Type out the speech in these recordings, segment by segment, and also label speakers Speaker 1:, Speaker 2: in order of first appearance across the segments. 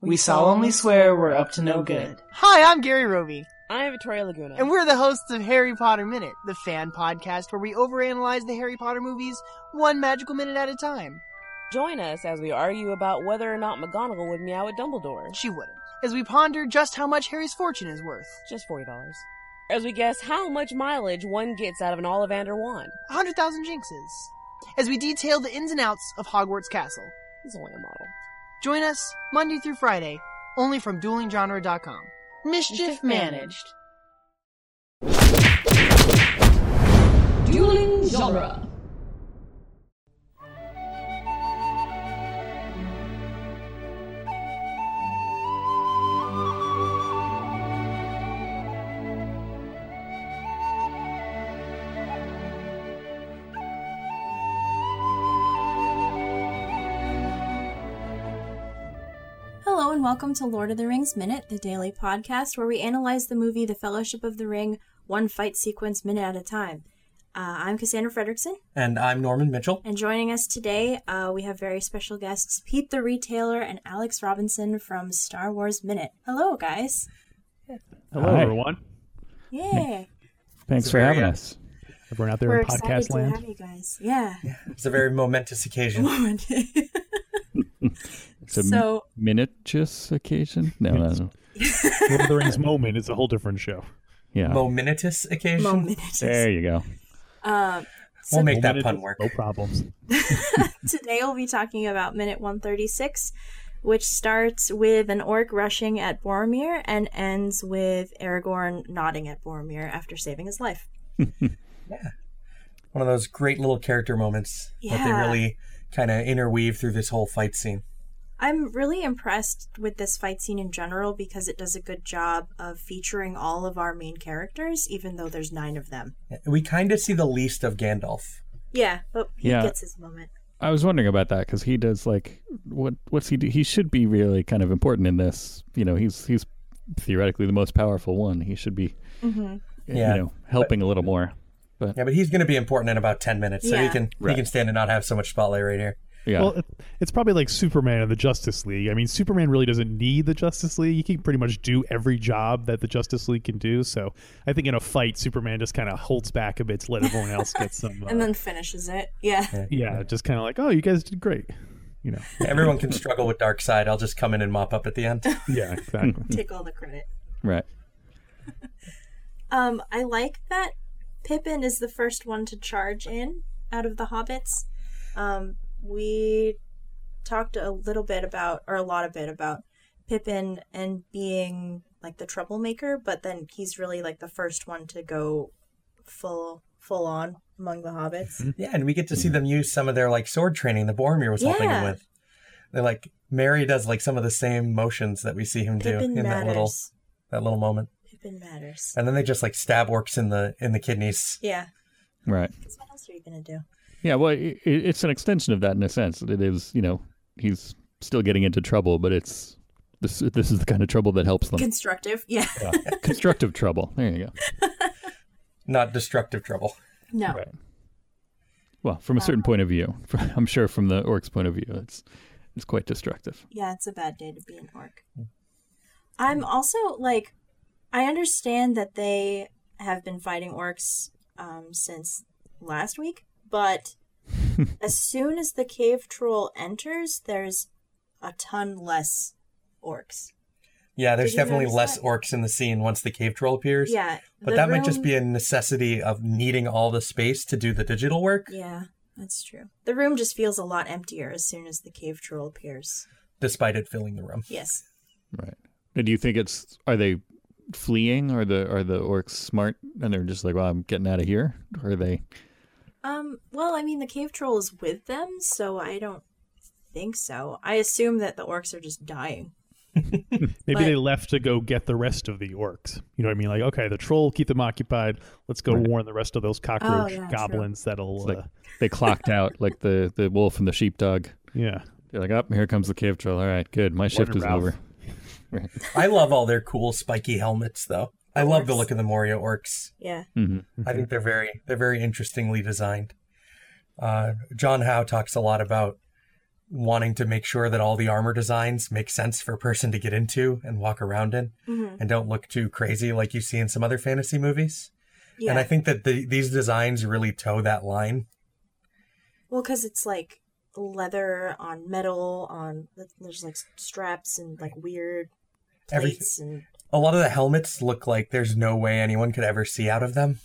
Speaker 1: We solemnly swear we're up to no good.
Speaker 2: Hi, I'm Gary Roby,
Speaker 3: I'm Victoria Laguna.
Speaker 2: and we're the hosts of Harry Potter Minute, the fan podcast where we overanalyze the Harry Potter movies one magical minute at a time.
Speaker 3: Join us as we argue about whether or not McGonagall would meow at Dumbledore.
Speaker 2: She wouldn't, as we ponder just how much Harry's fortune is worth.
Speaker 3: Just $40. As we guess how much mileage one gets out of an Ollivander wand.
Speaker 2: a 100,000 jinxes. As we detail the ins and outs of Hogwarts Castle.
Speaker 3: It's only a model.
Speaker 2: Join us Monday through Friday, only from duelinggenre.com.
Speaker 1: Mischief managed.
Speaker 4: Dueling genre.
Speaker 5: Hello and welcome to Lord of the Rings Minute, the daily podcast where we analyze the movie The Fellowship of the Ring one fight sequence minute at a time. Uh, I'm Cassandra Fredrickson,
Speaker 6: And I'm Norman Mitchell.
Speaker 5: and joining us today uh, we have very special guests Pete the Retailer and Alex Robinson from Star Wars Minute. Hello, guys.
Speaker 7: Hello,
Speaker 8: Hi.
Speaker 7: everyone.
Speaker 5: Yay.
Speaker 8: Thanks
Speaker 6: It's
Speaker 8: for
Speaker 6: very,
Speaker 8: having
Speaker 6: uh,
Speaker 8: us.
Speaker 7: Everyone out there
Speaker 5: We're
Speaker 7: in
Speaker 5: excited
Speaker 7: podcast
Speaker 5: to
Speaker 7: land.
Speaker 5: have you guys. Yeah.
Speaker 6: It's a very momentous occasion.
Speaker 8: It's a
Speaker 5: So-
Speaker 8: minutous occasion. No, no, no.
Speaker 7: Lord of the Rings moment is a whole different show.
Speaker 8: yeah.
Speaker 6: Momentous occasion.
Speaker 5: Moment.
Speaker 8: there you go.
Speaker 5: Um,
Speaker 6: We'll make that
Speaker 7: Momentous,
Speaker 6: pun work.
Speaker 7: No problems.
Speaker 5: Today we'll be talking about minute 136, which starts with an orc rushing at Boromir and ends with Aragorn nodding at Boromir after saving his life.
Speaker 6: One of those great little character moments that they
Speaker 5: Yeah.
Speaker 6: really kind of interweave through this whole fight scene.
Speaker 5: I'm really impressed with this fight scene in general because it does a good job of featuring all of our main characters, even though there's nine of them.
Speaker 6: We kind of see the least of Gandalf.
Speaker 5: Yeah, but he
Speaker 8: Yeah.
Speaker 5: gets his moment.
Speaker 8: I was wondering about that because he does like what? What's he do? He should be really kind of important in this. You know, he's he's theoretically the most powerful one. He should be, eh,
Speaker 6: Yeah.
Speaker 8: you know, helping a little more. But
Speaker 6: Yeah, but he's going to be important in about 10 minutes, so he
Speaker 5: Yeah.
Speaker 6: can he
Speaker 8: Right.
Speaker 6: can stand and not have so much spotlight right here.
Speaker 8: yeah,
Speaker 7: Well, it, it's probably like Superman and the Justice League. I mean, Superman really doesn't need the Justice League. He can pretty much do every job that the Justice League can do. So I think in a fight, Superman just kind of holds back a bit to let everyone else get some. Uh,
Speaker 5: And then finishes it. Yeah.
Speaker 7: yeah, just kind of like, oh, you guys did great. You know.
Speaker 6: Everyone can struggle with dark side. I'll just come in and mop up at the end.
Speaker 7: Yeah, exactly.
Speaker 5: Take all the credit.
Speaker 8: right.
Speaker 5: Um, I like that Pippin is the first one to charge in out of the hobbits. Um, we talked a little bit about, or a lot of bit about Pippin and being like the troublemaker, but then he's really like the first one to go full full on among the hobbits.
Speaker 6: Yeah, and we get to see them use some of their like sword training that Boromir was helping him
Speaker 5: Yeah.
Speaker 6: with. They're like Mary does like some of the same motions that we see him do
Speaker 5: Pippin
Speaker 6: in that little
Speaker 5: matters.
Speaker 6: that little moment.
Speaker 5: Pippin matters.
Speaker 6: And then they just like stab orcs in the in the kidneys.
Speaker 5: Yeah.
Speaker 8: Right.
Speaker 5: 'Cause what else are you gonna do?
Speaker 8: Yeah. Well, it, it- it's an extension of that in a sense. It is. You know, he's still getting into trouble, but it's this. This is the kind of trouble that helps them.
Speaker 5: Constructive. Yeah.
Speaker 8: Constructive trouble. There you go.
Speaker 6: Not destructive trouble.
Speaker 5: No.
Speaker 8: Well, from a certain point of view, from, I'm sure from the orc's point of view, it's it's quite destructive.
Speaker 5: Yeah, it's a bad day to be an orc.
Speaker 6: Hmm.
Speaker 5: I'm also like, I understand that they have been fighting orcs um, since last week, but as soon as the cave troll enters, there's a ton less orcs.
Speaker 6: Yeah, there's
Speaker 5: Did you
Speaker 6: definitely
Speaker 5: notice
Speaker 6: less
Speaker 5: that?
Speaker 6: orcs in the scene once the cave troll appears.
Speaker 5: Yeah,
Speaker 6: But
Speaker 5: the
Speaker 6: that might just
Speaker 5: room-
Speaker 6: be a necessity of needing all the space to do the digital work.
Speaker 5: Yeah, that's true. The room just feels a lot emptier as soon as the cave troll appears.
Speaker 6: Despite it filling the room,
Speaker 5: Yes.
Speaker 8: Right. And do you think it's are they fleeing? Are the are the orcs smart and they're just like, well, I'm getting out of here? Or are they?
Speaker 5: Um, well, I mean, the cave troll is with them, so I don't think so. I assume that the orcs are just dying.
Speaker 7: Maybe
Speaker 5: But-
Speaker 7: they left to go get the rest of the orcs. You know what I mean? Like, okay, the troll keep them occupied. Let's go warn the rest of those cockroach
Speaker 5: Oh, yeah, true.
Speaker 7: goblins that'll.
Speaker 8: It's like
Speaker 7: uh,
Speaker 8: they clocked out like the the wolf and the sheepdog.
Speaker 7: yeah,
Speaker 8: They're like, up oh, here comes the cave troll. All right, good. My shift
Speaker 7: Warner
Speaker 8: is
Speaker 7: Ralph.
Speaker 8: over.
Speaker 6: I love all their cool spiky helmets, though. I love the look of the Moria orcs.
Speaker 5: Yeah.
Speaker 8: hmm
Speaker 6: I think they're very they're very interestingly designed. Uh, John Howe talks a lot about wanting to make sure that all the armor designs make sense for a person to get into and walk around in
Speaker 5: hmm
Speaker 6: and don't look too crazy like you see in some other fantasy movies.
Speaker 5: Yeah.
Speaker 6: And I think that the, these designs really toe that line.
Speaker 5: Well, because it's like leather on metal on there's like straps and like weird
Speaker 6: Every-
Speaker 5: plates and
Speaker 6: A lot of the helmets look like there's no way anyone could ever see out of them.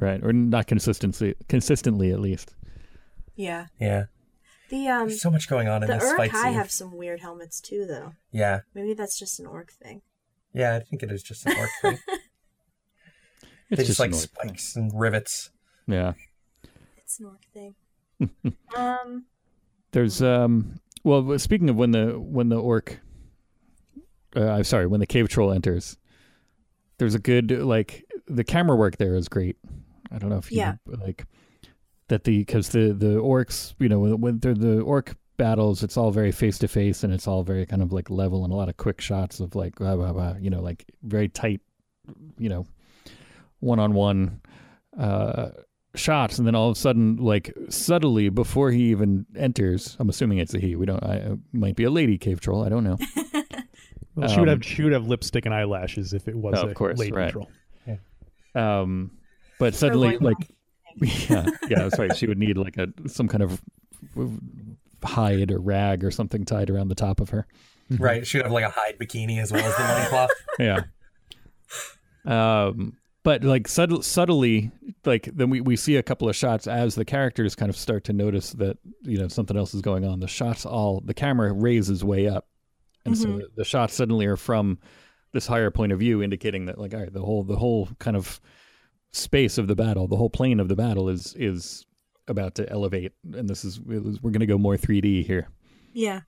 Speaker 8: right? Or not consistency, consistently at least.
Speaker 5: yeah.
Speaker 6: Yeah.
Speaker 5: The um
Speaker 6: There's so much going on in
Speaker 5: the
Speaker 6: this
Speaker 5: Uruk
Speaker 6: fight
Speaker 5: Hai
Speaker 6: scene.
Speaker 5: have some weird helmets too, though.
Speaker 6: Yeah.
Speaker 5: Maybe that's just an orc thing.
Speaker 6: Yeah, I think it is just an orc thing.
Speaker 8: It's
Speaker 6: they just, like
Speaker 8: an orc thing.
Speaker 6: spikes and rivets.
Speaker 8: Yeah.
Speaker 5: It's an orc thing. um.
Speaker 8: There's um. Well, w- speaking of when the when the orc, uh, I'm sorry, when the cave troll enters, there's a good like the camera work there is great. I don't know if you
Speaker 5: Yeah.
Speaker 8: like that the because the the orcs you know when, when they're the orc battles it's all very face to face and it's all very kind of like level and a lot of quick shots of like blah blah blah you know like very tight you know one on one uh shots and then all of a sudden like subtly before he even enters i'm assuming it's a he we don't i it might be a lady cave troll i don't know
Speaker 7: Well, she would
Speaker 8: Um,
Speaker 7: have she would have lipstick and eyelashes if it was
Speaker 8: Oh, of
Speaker 7: a
Speaker 8: course,
Speaker 7: lady
Speaker 8: right.
Speaker 7: troll.
Speaker 8: um but suddenly
Speaker 5: loincloth.
Speaker 8: like yeah yeah that's right she would need like a some kind of hide or rag or something tied around the top of her
Speaker 6: Right. She'd have like a hide bikini as well as the loincloth.
Speaker 8: yeah um but like sud- subtly like then we, we see a couple of shots as the characters kind of start to notice that you know something else is going on the shots all the camera raises way up and so the, the shots suddenly are from this higher point of view indicating that like all right the whole the whole kind of space of the battle the whole plane of the battle is is about to elevate and this is we're going to go more 3d here
Speaker 5: Yeah.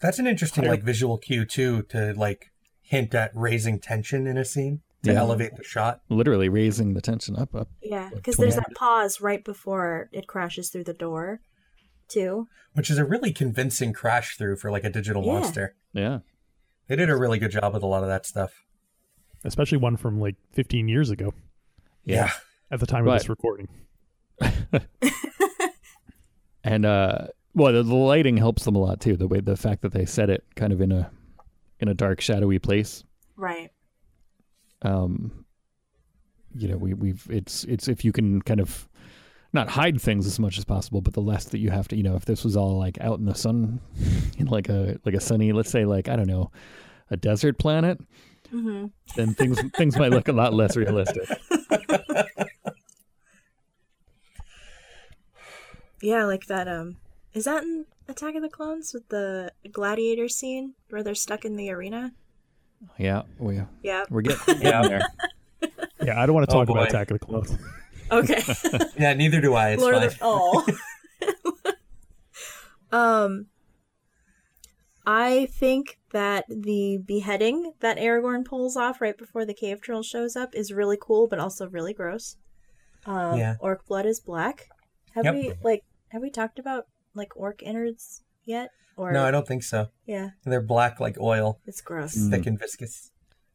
Speaker 6: That's an interesting like visual cue too to like hint at raising tension in a scene to
Speaker 8: Yeah.
Speaker 6: elevate the shot.
Speaker 8: literally raising the tension up up
Speaker 5: Yeah.
Speaker 8: Like
Speaker 5: Because there's
Speaker 8: 20.
Speaker 5: that pause right before it crashes through the door, too.
Speaker 6: Which is a really convincing crash through for like a digital
Speaker 5: Yeah.
Speaker 6: monster.
Speaker 8: yeah
Speaker 6: They did a really good job with a lot of that stuff.
Speaker 7: Especially one from like 15 years ago
Speaker 6: Yeah.
Speaker 7: at the time
Speaker 8: Right.
Speaker 7: of this recording.
Speaker 8: and uh well the, the lighting helps them a lot too the way the fact that they set it kind of in a in a dark shadowy place
Speaker 5: Right.
Speaker 8: um you know we we've it's it's if you can kind of not hide things as much as possible but the less that you have to you know if this was all like out in the sun in like a like a sunny let's say like i don't know a desert planet
Speaker 5: Mm-hmm.
Speaker 8: then things things might look a lot less realistic
Speaker 5: Yeah, like that. Um, is that in Attack of the Clones with the gladiator scene where they're stuck in the arena?
Speaker 8: yeah we
Speaker 5: Yeah.
Speaker 8: we're getting, getting there
Speaker 7: Yeah, I don't want to
Speaker 6: Oh,
Speaker 7: talk
Speaker 6: boy.
Speaker 7: about Attack of the Clones.
Speaker 5: Okay.
Speaker 6: Yeah, neither do I. It's
Speaker 5: Lord
Speaker 6: fine.
Speaker 5: of the Oh. um, I think that the beheading that Aragorn pulls off right before the cave troll shows up is really cool, but also really gross. Um,
Speaker 6: Yeah.
Speaker 5: Orc blood is black. Have
Speaker 6: Yep.
Speaker 5: we like have we talked about like orc innards yet? Or
Speaker 6: No, I don't think so.
Speaker 5: Yeah,
Speaker 6: They're black like oil,
Speaker 5: it's gross.
Speaker 8: Mm.
Speaker 6: thick and viscous.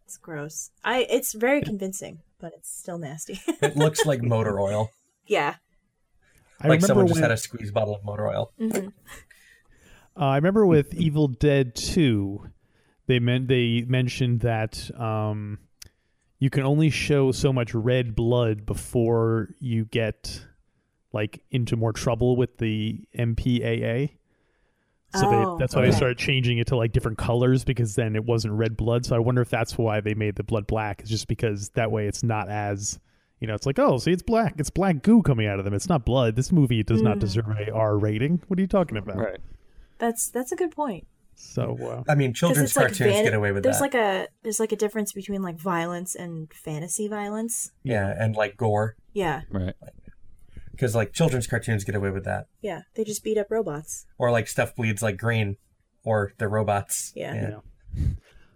Speaker 5: It's gross. I it's very convincing, but it's still nasty.
Speaker 6: It looks like motor oil.
Speaker 5: yeah.
Speaker 7: I
Speaker 6: like
Speaker 7: remember
Speaker 6: someone
Speaker 7: when-
Speaker 6: just had a squeeze bottle of motor oil.
Speaker 5: hmm
Speaker 7: Uh, I remember with Evil Dead 2, they meant they mentioned that um, you can only show so much red blood before you get like into more trouble with the MPAA. So
Speaker 5: Oh,
Speaker 7: they, that's why
Speaker 5: okay.
Speaker 7: they started changing it to like different colors because then it wasn't red blood. So I wonder if that's why they made the blood black. Is just because that way it's not as you know. It's like oh, see, it's black. It's black goo coming out of them. It's not blood. This movie does
Speaker 5: Hmm.
Speaker 7: not deserve a R rating. What are you talking about?
Speaker 5: That's that's a good point.
Speaker 7: So uh,
Speaker 6: I mean,
Speaker 5: 'Cause
Speaker 6: children's
Speaker 5: it's like
Speaker 6: cartoons
Speaker 5: van-
Speaker 6: get away with
Speaker 5: there's
Speaker 6: that.
Speaker 5: like a there's like a difference between like violence and fantasy violence.
Speaker 6: yeah, and like gore,
Speaker 5: Yeah,
Speaker 8: right
Speaker 6: because like children's cartoons get away with that,
Speaker 5: yeah. They just beat up robots.
Speaker 6: or like stuff bleeds like green, or the robots.
Speaker 5: Yeah.
Speaker 7: Yeah.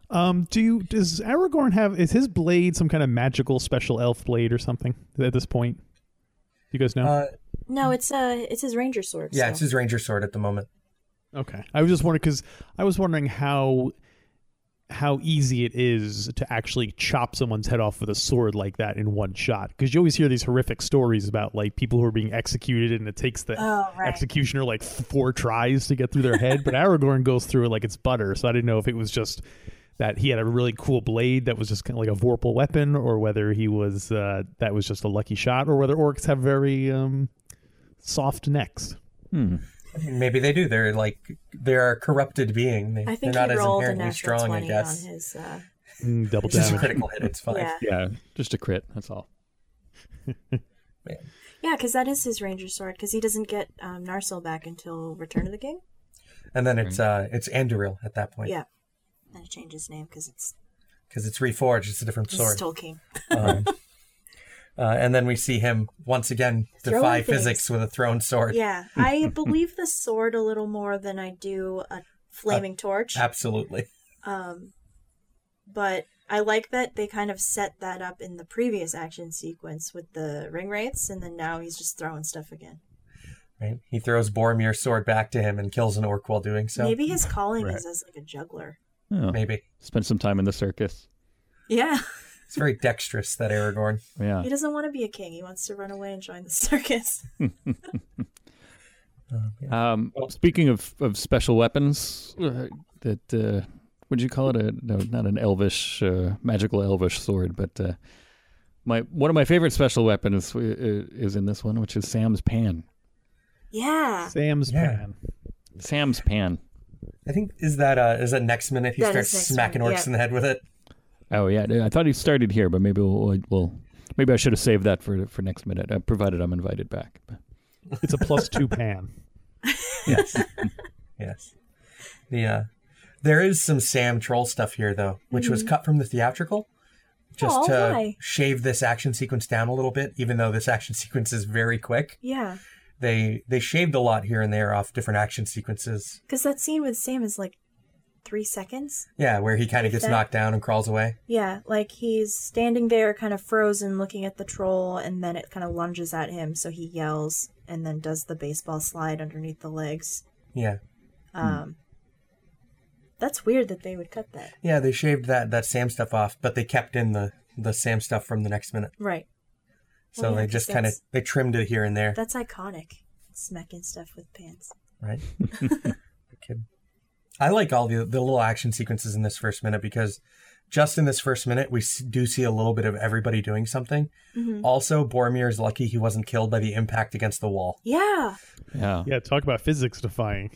Speaker 7: um, do you does Aragorn have is his blade some kind of magical special elf blade or something at this point? You guys know?
Speaker 6: Uh,
Speaker 5: No, it's uh it's his ranger sword.
Speaker 6: yeah,
Speaker 5: so-
Speaker 6: it's his ranger sword at the moment.
Speaker 7: okay, I was just wondering because I was wondering how how easy it is to actually chop someone's head off with a sword like that in one shot. Because you always hear these horrific stories about like people who are being executed, and it takes the
Speaker 5: Oh, right.
Speaker 7: executioner like four tries to get through their head. but Aragorn goes through it like it's butter. So I didn't know if it was just that he had a really cool blade that was just kind of like a Vorpal weapon, or whether he was uh, that was just a lucky shot, or whether orcs have very um, soft necks.
Speaker 6: Maybe they do. They're like they're a corrupted being. They,
Speaker 5: I think
Speaker 6: they're not
Speaker 5: he
Speaker 6: as
Speaker 5: rolled a
Speaker 6: inherently
Speaker 5: natural
Speaker 6: strong. I
Speaker 5: twenty
Speaker 6: guess.
Speaker 5: on his. Uh,
Speaker 7: Mm, double
Speaker 6: It's just a
Speaker 7: damage.
Speaker 6: critical hit. It's fine.
Speaker 5: yeah,
Speaker 8: Yeah, just a crit. That's all.
Speaker 5: yeah, because that is his ranger sword. Because he doesn't get um, Narsil back until Return of the King.
Speaker 6: And then it's uh it's Anduril at that point.
Speaker 5: Yeah, and it changed his name because it's,
Speaker 6: Because it's reforged. It's a different
Speaker 5: it's
Speaker 6: sword.
Speaker 5: Tolkien.
Speaker 6: Um, uh, and then we see him once again
Speaker 5: Throwing
Speaker 6: defy
Speaker 5: things.
Speaker 6: physics with a thrown sword.
Speaker 5: Yeah, I believe the sword a little more than I do a flaming torch.
Speaker 6: Absolutely.
Speaker 5: Um, but I like that they kind of set that up in the previous action sequence with the ring wraiths, and then now he's just throwing stuff again.
Speaker 6: Right? He throws Boromir's sword back to him and kills an orc while doing so.
Speaker 5: Maybe his calling
Speaker 8: Right.
Speaker 5: is as like a juggler.
Speaker 8: Oh,
Speaker 6: Maybe.
Speaker 8: spend some time in the circus.
Speaker 5: Yeah,
Speaker 6: It's very dexterous that Aragorn.
Speaker 8: Yeah.
Speaker 5: he doesn't want to be a king. He wants to run away and join the circus.
Speaker 8: Um, speaking of, of special weapons, uh, that uh, would you call it a no, not an elvish uh, magical elvish sword, but uh, my one of my favorite special weapons uh, is in this one, which is Sam's pan.
Speaker 5: Yeah,
Speaker 7: Sam's
Speaker 6: Yeah.
Speaker 7: pan.
Speaker 8: Sam's pan.
Speaker 6: I think is that uh is that next minute he
Speaker 5: That is
Speaker 6: starts
Speaker 5: next
Speaker 6: smacking
Speaker 5: minute,
Speaker 6: orcs
Speaker 5: yeah.
Speaker 6: in the head with it.
Speaker 8: Oh yeah, I thought he started here, but maybe we'll, we'll maybe I should have saved that for for next minute, uh, provided I'm invited back.
Speaker 7: It's a plus two pan.
Speaker 6: Yes. yes. The uh there is some Sam troll stuff here though, which was cut from the theatrical. Just
Speaker 5: Aw,
Speaker 6: to
Speaker 5: Mm-hmm. Oh, why?
Speaker 6: shave this action sequence down a little bit, even though this action sequence is very quick.
Speaker 5: yeah,
Speaker 6: They they shaved a lot here and there off different action sequences.
Speaker 5: because that scene with Sam is like three seconds.
Speaker 6: Yeah, where he kind of gets
Speaker 5: That-
Speaker 6: knocked down and crawls away.
Speaker 5: Yeah, like he's standing there, kind of frozen, looking at the troll, and then it kind of lunges at him, so he yells and then does the baseball slide underneath the legs.
Speaker 6: Yeah. Hmm.
Speaker 5: Um, That's weird that they would cut that.
Speaker 6: Yeah, they shaved that that Sam stuff off, but they kept in the the Sam stuff from the next minute.
Speaker 5: Right.
Speaker 6: So
Speaker 5: Well, yeah,
Speaker 6: they
Speaker 5: 'cause
Speaker 6: just kind of
Speaker 5: that's-
Speaker 6: they trimmed it here and there,
Speaker 5: That's iconic. Smacking stuff with pants.
Speaker 6: right? Kid. I like all the the little action sequences in this first minute because just in this first minute we s- do see a little bit of everybody doing something. Also, Boromir is lucky he wasn't killed by the impact against the wall.
Speaker 5: Yeah.
Speaker 8: Yeah.
Speaker 7: Yeah, talk about physics defying.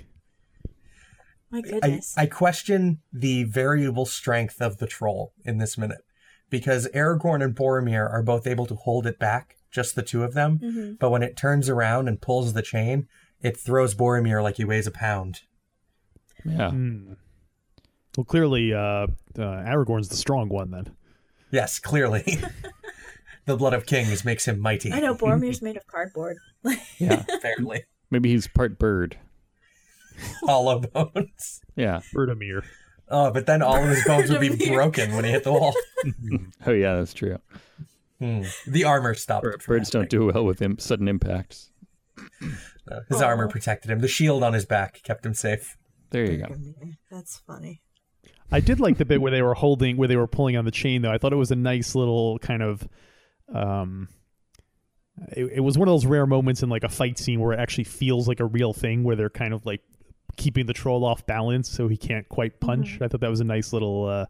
Speaker 5: My
Speaker 6: I,
Speaker 5: goodness.
Speaker 6: I question the variable strength of the troll in this minute because Aragorn and Boromir are both able to hold it back, just the two of them. But when it turns around and pulls the chain, it throws Boromir like he weighs a pound.
Speaker 8: Yeah.
Speaker 7: Well, clearly, uh, uh, Aragorn's the strong one then.
Speaker 6: Yes, clearly. the blood of kings makes him mighty.
Speaker 5: I, know Boromir's made of cardboard.
Speaker 8: Yeah.
Speaker 6: Apparently.
Speaker 8: Maybe he's part bird.
Speaker 6: Hollow bones.
Speaker 8: Yeah.
Speaker 7: Berdamir.
Speaker 6: Oh, but then all of his bones would be
Speaker 5: Boromir.
Speaker 6: broken when he hit the wall.
Speaker 8: Oh yeah, that's true.
Speaker 6: Hmm. The armor stopped. it from
Speaker 8: Birds don't do well with Im- sudden impacts.
Speaker 6: happening. Uh, His armor protected him. The shield on his back kept him safe.
Speaker 8: There you go.
Speaker 5: That's funny.
Speaker 7: I did like the bit where they were holding, where they were pulling on the chain, though. I thought it was a nice little kind of. Um, it, it was one of those rare moments in like a fight scene where it actually feels like a real thing, where they're kind of like keeping the troll off balance so he can't quite punch. I thought that was a nice little, uh,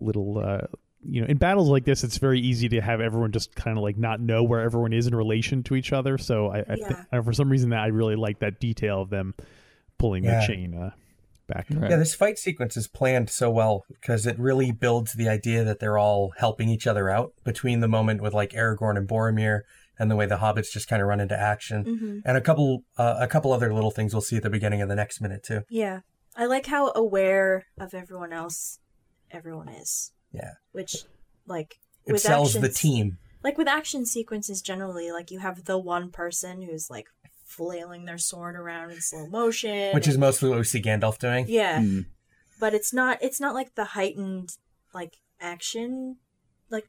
Speaker 7: little. Uh, you know, in battles like this, it's very easy to have everyone just kind of like not know where everyone is in relation to each other. So I, I, thi-
Speaker 5: Yeah.
Speaker 7: I for some reason that I really like that detail of them pulling
Speaker 6: Yeah.
Speaker 7: the chain uh, back.
Speaker 8: Right.
Speaker 6: Yeah, this fight sequence is planned so well because it really builds the idea that they're all helping each other out between the moment with like Aragorn and Boromir and the way the hobbits just kind of run into action
Speaker 5: Mm-hmm.
Speaker 6: and a couple uh, a couple other little things we'll see at the beginning of the next minute too.
Speaker 5: Yeah. I like how aware of everyone else everyone is,
Speaker 6: Yeah.
Speaker 5: which, like,
Speaker 6: It
Speaker 5: with
Speaker 6: sells the
Speaker 5: actions-
Speaker 6: team.
Speaker 5: Like with action sequences, generally, like you have the one person who's like flailing their sword around in slow motion,
Speaker 6: Which is mostly what we see Gandalf doing.
Speaker 5: yeah.
Speaker 8: Hmm.
Speaker 5: but it's not it's not like the heightened like action like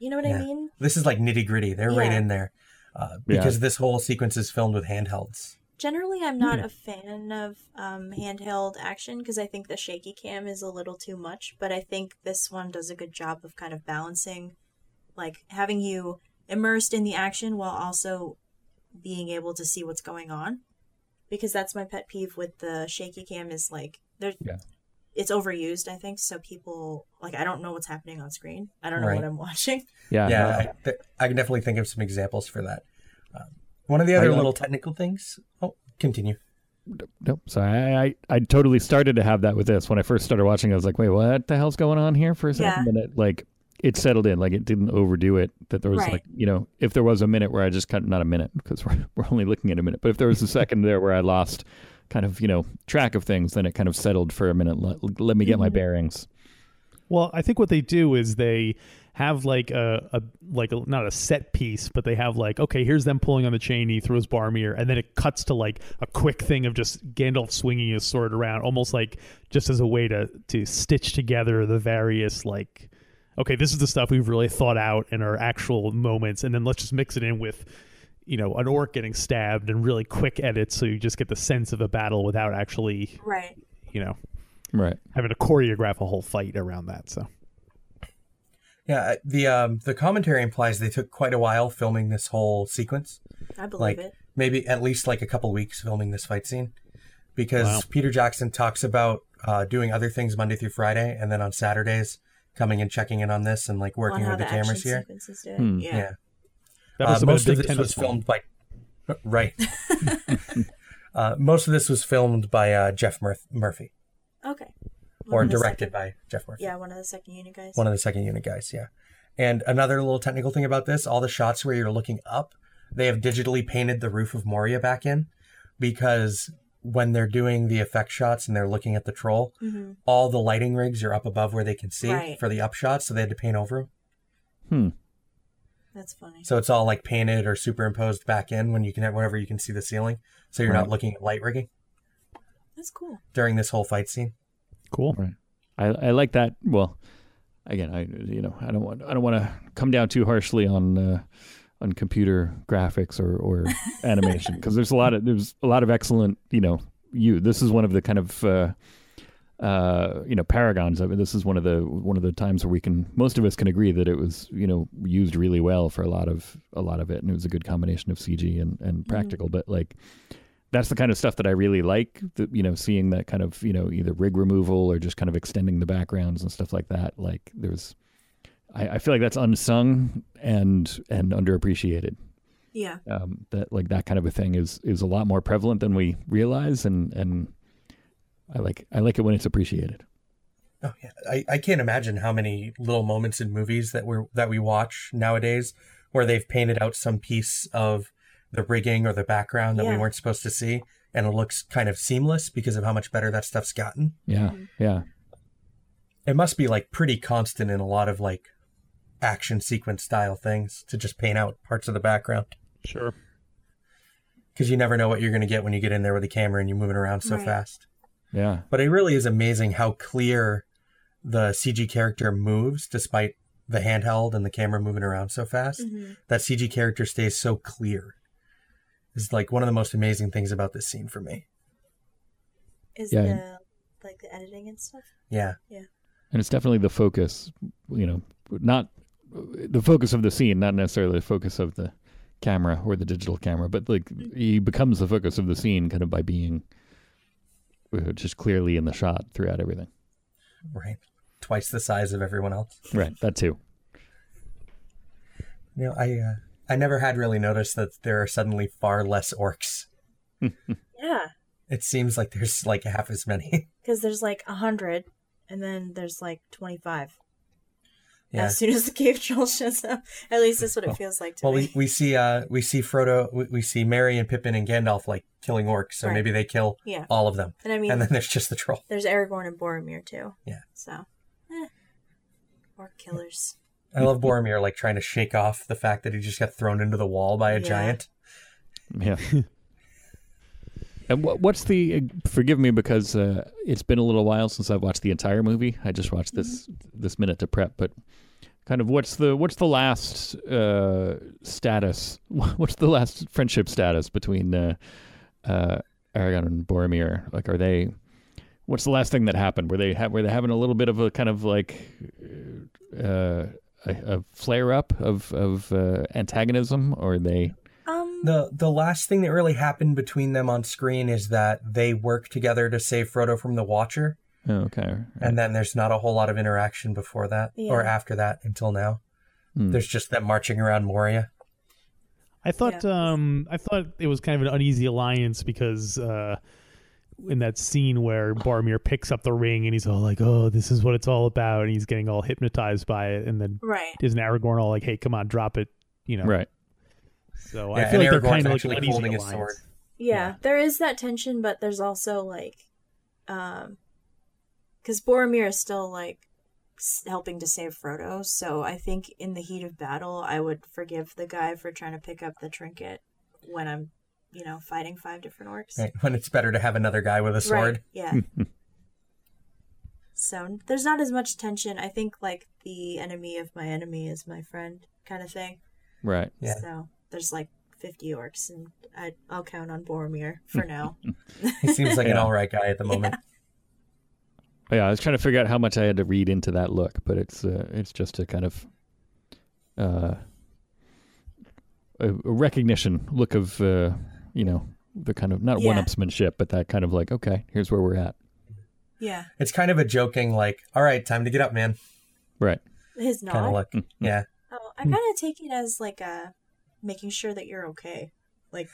Speaker 5: you know what
Speaker 6: Yeah.
Speaker 5: i mean
Speaker 6: This is like nitty gritty. They're right
Speaker 5: Yeah.
Speaker 6: in there uh,
Speaker 8: Yeah.
Speaker 6: because this whole sequence is filmed with handhelds.
Speaker 5: Generally, I'm not a fan of um, handheld action because I think the shaky cam is a little too much, but I think this one does a good job of kind of balancing, like having you immersed in the action while also being able to see what's going on. Because that's my pet peeve with the shaky cam is like, there,
Speaker 8: Yeah.
Speaker 5: it's overused, I think. So people, like, I don't know what's happening on screen, I don't know
Speaker 6: Right.
Speaker 5: what I'm watching.
Speaker 8: Yeah.
Speaker 6: yeah,
Speaker 8: uh,
Speaker 6: I, th- I can definitely think of some examples for that. Um, one of the other
Speaker 8: I-
Speaker 6: little technical things. Oh, continue.
Speaker 8: Nope. Sorry. I, I I totally started to have that with this when I first started watching. I was like, wait, what the hell's going on here for a second?
Speaker 5: Yeah.
Speaker 8: And it like it settled in. Like it didn't overdo it. That there was
Speaker 5: Right.
Speaker 8: like you know if there was a minute where I just cut not a minute because we're we're only looking at a minute, but if there was a second there where I lost kind of you know track of things, then it kind of settled for a minute. Let, let me get my bearings.
Speaker 7: Well, I think what they do is they have like a, a like a, not a set piece, but they have like okay, here's them pulling on the chain. He throws Barmir, and then it cuts to like a quick thing of just Gandalf swinging his sword around, almost like just as a way to to stitch together the various like okay, this is the stuff we've really thought out in our actual moments, and then let's just mix it in with you know an orc getting stabbed and really quick edits, so you just get the sense of a battle without actually
Speaker 5: Right.
Speaker 7: you know
Speaker 8: Right.
Speaker 7: having to choreograph a whole fight around that. So.
Speaker 6: Yeah, I- the um, the commentary implies they took quite a while filming this whole sequence.
Speaker 5: I believe
Speaker 6: like
Speaker 5: it.
Speaker 6: maybe at least like a couple weeks filming this fight scene because
Speaker 7: Wow.
Speaker 6: Peter Jackson talks about uh, doing other things Monday through Friday and then on Saturdays coming and checking in on this and like
Speaker 5: on
Speaker 6: working
Speaker 5: how
Speaker 6: with the,
Speaker 5: the action
Speaker 6: cameras here.
Speaker 5: sequences do it.
Speaker 8: Hmm.
Speaker 5: Yeah.
Speaker 6: Yeah. Uh,
Speaker 7: That must have been
Speaker 6: most
Speaker 7: a big
Speaker 6: of this
Speaker 7: tennis
Speaker 6: was
Speaker 7: ball.
Speaker 6: filmed by right. uh, most of this was filmed by uh, Jeff Murth- Murphy
Speaker 5: Okay.
Speaker 6: or
Speaker 5: One of the
Speaker 6: directed
Speaker 5: second-
Speaker 6: by Jeff Murphy.
Speaker 5: Yeah, one of the second unit guys.
Speaker 6: One of the second unit guys, yeah. And another little technical thing about this, all the shots where you're looking up, they have digitally painted the roof of Moria back in because when they're doing the effect shots and they're looking at the troll,
Speaker 5: Mhm.
Speaker 6: all the lighting rigs are up above where they can see
Speaker 5: Right.
Speaker 6: for the up shots, so they had to paint over them.
Speaker 5: That's funny.
Speaker 6: So it's all like painted or superimposed back in when you can have whenever you can see the ceiling, so you're
Speaker 8: Right.
Speaker 6: not looking at light rigging
Speaker 5: That's cool.
Speaker 6: during this whole fight scene.
Speaker 7: Cool.
Speaker 8: Right. I, I like that. Well, again, I you know I don't want I don't want to come down too harshly on uh, on computer graphics or or animation because there's a lot of there's a lot of excellent you know you this is one of the kind of uh, uh, you know paragons of it. This is one of the one of the times where we can most of us can agree that it was you know used really well for a lot of a lot of it, and it was a good combination of CG and and practical. But like that's the kind of stuff that I really like. The, you know, seeing that kind of you know either rig removal or just kind of extending the backgrounds and stuff like that. Like there's, I, I feel like that's unsung and and underappreciated.
Speaker 5: Yeah.
Speaker 8: Um, that like that kind of a thing is is a lot more prevalent than we realize, and and I like I like it when it's appreciated.
Speaker 6: Oh yeah, I, I can't imagine how many little moments in movies that we are that we watch nowadays where they've painted out some piece of the rigging or the background that we
Speaker 5: Yeah.
Speaker 6: weren't supposed to see, and it looks kind of seamless because of how much better that stuff's gotten.
Speaker 8: Yeah, yeah,
Speaker 6: It must be like pretty constant in a lot of like action sequence style things to just paint out parts of the background
Speaker 7: Sure.
Speaker 6: because you never know what you're going to get when you get in there with a camera and you're moving around so
Speaker 5: Right.
Speaker 6: fast.
Speaker 8: yeah.
Speaker 6: But it really is amazing how clear the CG character moves despite the handheld and the camera moving around so fast.
Speaker 5: Mhm.
Speaker 6: That CG character stays so clear. Is like one of the most amazing things about this scene for me.
Speaker 5: Is
Speaker 8: Yeah.
Speaker 5: the like the editing and stuff?
Speaker 6: Yeah.
Speaker 8: And it's definitely the focus. You know, not the focus of the scene, not necessarily the focus of the camera or the digital camera, but like he becomes the focus of the scene kind of by being uh, just clearly in the shot throughout everything.
Speaker 6: Right. Twice the size of everyone else.
Speaker 8: Right. That too.
Speaker 6: You know, I uh, I never had really noticed that there are suddenly far less orcs.
Speaker 5: Yeah.
Speaker 6: It seems like there's like half as many.
Speaker 5: Because there's like a hundred, and then there's like twenty-five.
Speaker 6: yeah.
Speaker 5: As soon as the cave troll shows up, at least that's what it feels like to
Speaker 6: Well, we,
Speaker 5: me.
Speaker 6: we see uh we see Frodo we, we see Merry and Pippin and Gandalf like killing orcs, so
Speaker 5: Right.
Speaker 6: maybe they kill
Speaker 5: Yeah.
Speaker 6: all of them,
Speaker 5: and I mean,
Speaker 6: and then there's just the troll.
Speaker 5: there's Aragorn and Boromir too.
Speaker 6: Yeah.
Speaker 5: So, eh. or killers.
Speaker 6: I love Boromir like trying to shake off the fact that he just got thrown into the wall by a
Speaker 5: Yeah.
Speaker 6: giant.
Speaker 8: Yeah. and what, what's the? uh, Forgive me because uh, it's been a little while since I've watched the entire movie. I just watched this this minute to prep, but kind of what's the what's the last uh, status? What's the last friendship status between uh, uh, Aragon and Boromir? Like, are they? What's the last thing that happened? Were they ha- were they having a little bit of a kind of like uh, a, a flare up of of uh, antagonism, or are they?
Speaker 5: Um,
Speaker 6: The the last thing that really happened between them on screen is that they work together to save Frodo from the Watcher,
Speaker 8: Oh, okay,
Speaker 6: and then there's not a whole lot of interaction before that or
Speaker 5: Yeah.
Speaker 6: after that until now.
Speaker 8: Hmm.
Speaker 6: There's just them marching around Moria.
Speaker 7: I thought um I thought it was kind of an uneasy alliance because uh in that scene where Barmir picks up the ring and he's all like, "Oh, this is what it's all about," and he's getting all hypnotized by it, and then
Speaker 5: right.
Speaker 7: isn't Aragorn all like, "Hey, come on, drop it," you know?
Speaker 8: right.
Speaker 7: So
Speaker 6: Yeah,
Speaker 7: I feel
Speaker 6: and
Speaker 7: like they're
Speaker 6: Aragorn's
Speaker 7: kind of like an
Speaker 6: actually
Speaker 7: uneasy
Speaker 6: holding his
Speaker 7: alliance.
Speaker 6: sword.
Speaker 5: Yeah,
Speaker 7: Yeah.
Speaker 5: there is that tension, but there's also like, um, because Boromir is still like s- helping to save Frodo, so I think in the heat of battle, I would forgive the guy for trying to pick up the trinket when I'm, you know, fighting five different orcs.
Speaker 6: Right, When it's better to have another guy with a
Speaker 5: Right,
Speaker 6: sword.
Speaker 5: yeah. so there's not as much tension. I think like the enemy of my enemy is my friend kind of thing.
Speaker 8: Right.
Speaker 6: Yeah.
Speaker 5: So there's like 50 orcs, and I, I'll count on Boromir for now.
Speaker 6: He seems like an
Speaker 8: Yeah.
Speaker 6: all right guy at the moment.
Speaker 8: Yeah, I was trying to figure out how much I had to read into that look, but it's uh, it's just a kind of uh, a, a recognition look of uh, you know the kind of not
Speaker 5: Yeah.
Speaker 8: one-upsmanship, but that kind of like okay, here's where we're at.
Speaker 5: yeah.
Speaker 6: It's kind of a joking, like, all right, time to get up, man,
Speaker 8: Right.
Speaker 5: His nod.
Speaker 6: kind of look. Yeah.
Speaker 5: Oh,
Speaker 7: Hmm.
Speaker 5: I kind of take it as like a making sure that you're okay. Like,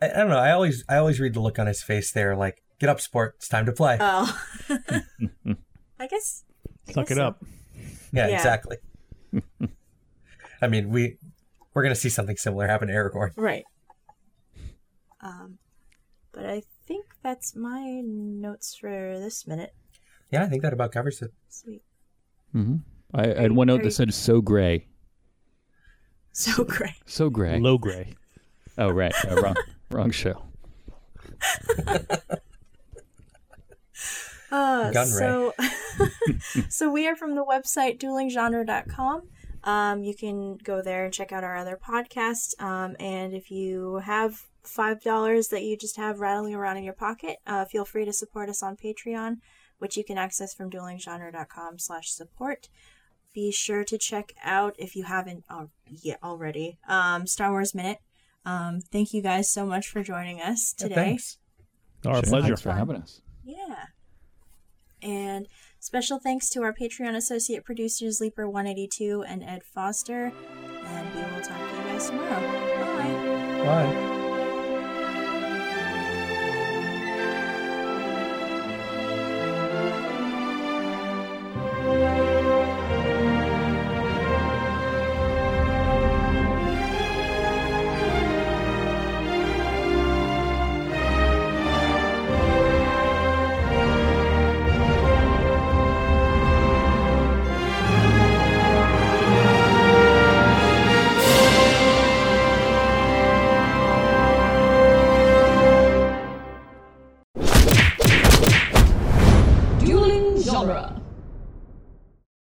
Speaker 6: I, I don't know. I always, I always read the look on his face there, like, get up, sport. It's time to play.
Speaker 5: oh, I guess. I
Speaker 7: Suck
Speaker 5: guess
Speaker 7: it
Speaker 5: so.
Speaker 7: up.
Speaker 6: yeah,
Speaker 5: yeah.
Speaker 6: exactly. I mean, we we're gonna see something similar happen to Aragorn.
Speaker 5: Right. Um, but I think that's my notes for this minute.
Speaker 6: Yeah, I think that about covers it.
Speaker 5: Sweet.
Speaker 8: hmm I, I had one note that said so gray,
Speaker 5: So great.
Speaker 8: so gray.
Speaker 7: Low gray.
Speaker 8: oh right, Uh, wrong wrong show.
Speaker 5: Uh,
Speaker 6: Gun
Speaker 5: so, so we are from the website duelinggenre.com. Um, you can go there and check out our other podcast. Um, and if you have five dollars that you just have rattling around in your pocket, uh, feel free to support us on Patreon, which you can access from duelinggenre.com/support. Be sure to check out if you haven't al- yet already. Um, Star Wars Minute. Um, thank you guys so much for joining us
Speaker 6: Yeah,
Speaker 5: today.
Speaker 6: thanks.
Speaker 7: Our
Speaker 8: Sure.
Speaker 7: pleasure.
Speaker 8: Thanks for having us.
Speaker 5: Yeah. And special thanks to our Patreon associate producers, Leaper182 and Ed Foster. And we will talk to you guys tomorrow. Bye.
Speaker 6: Bye.
Speaker 4: Dueling genre.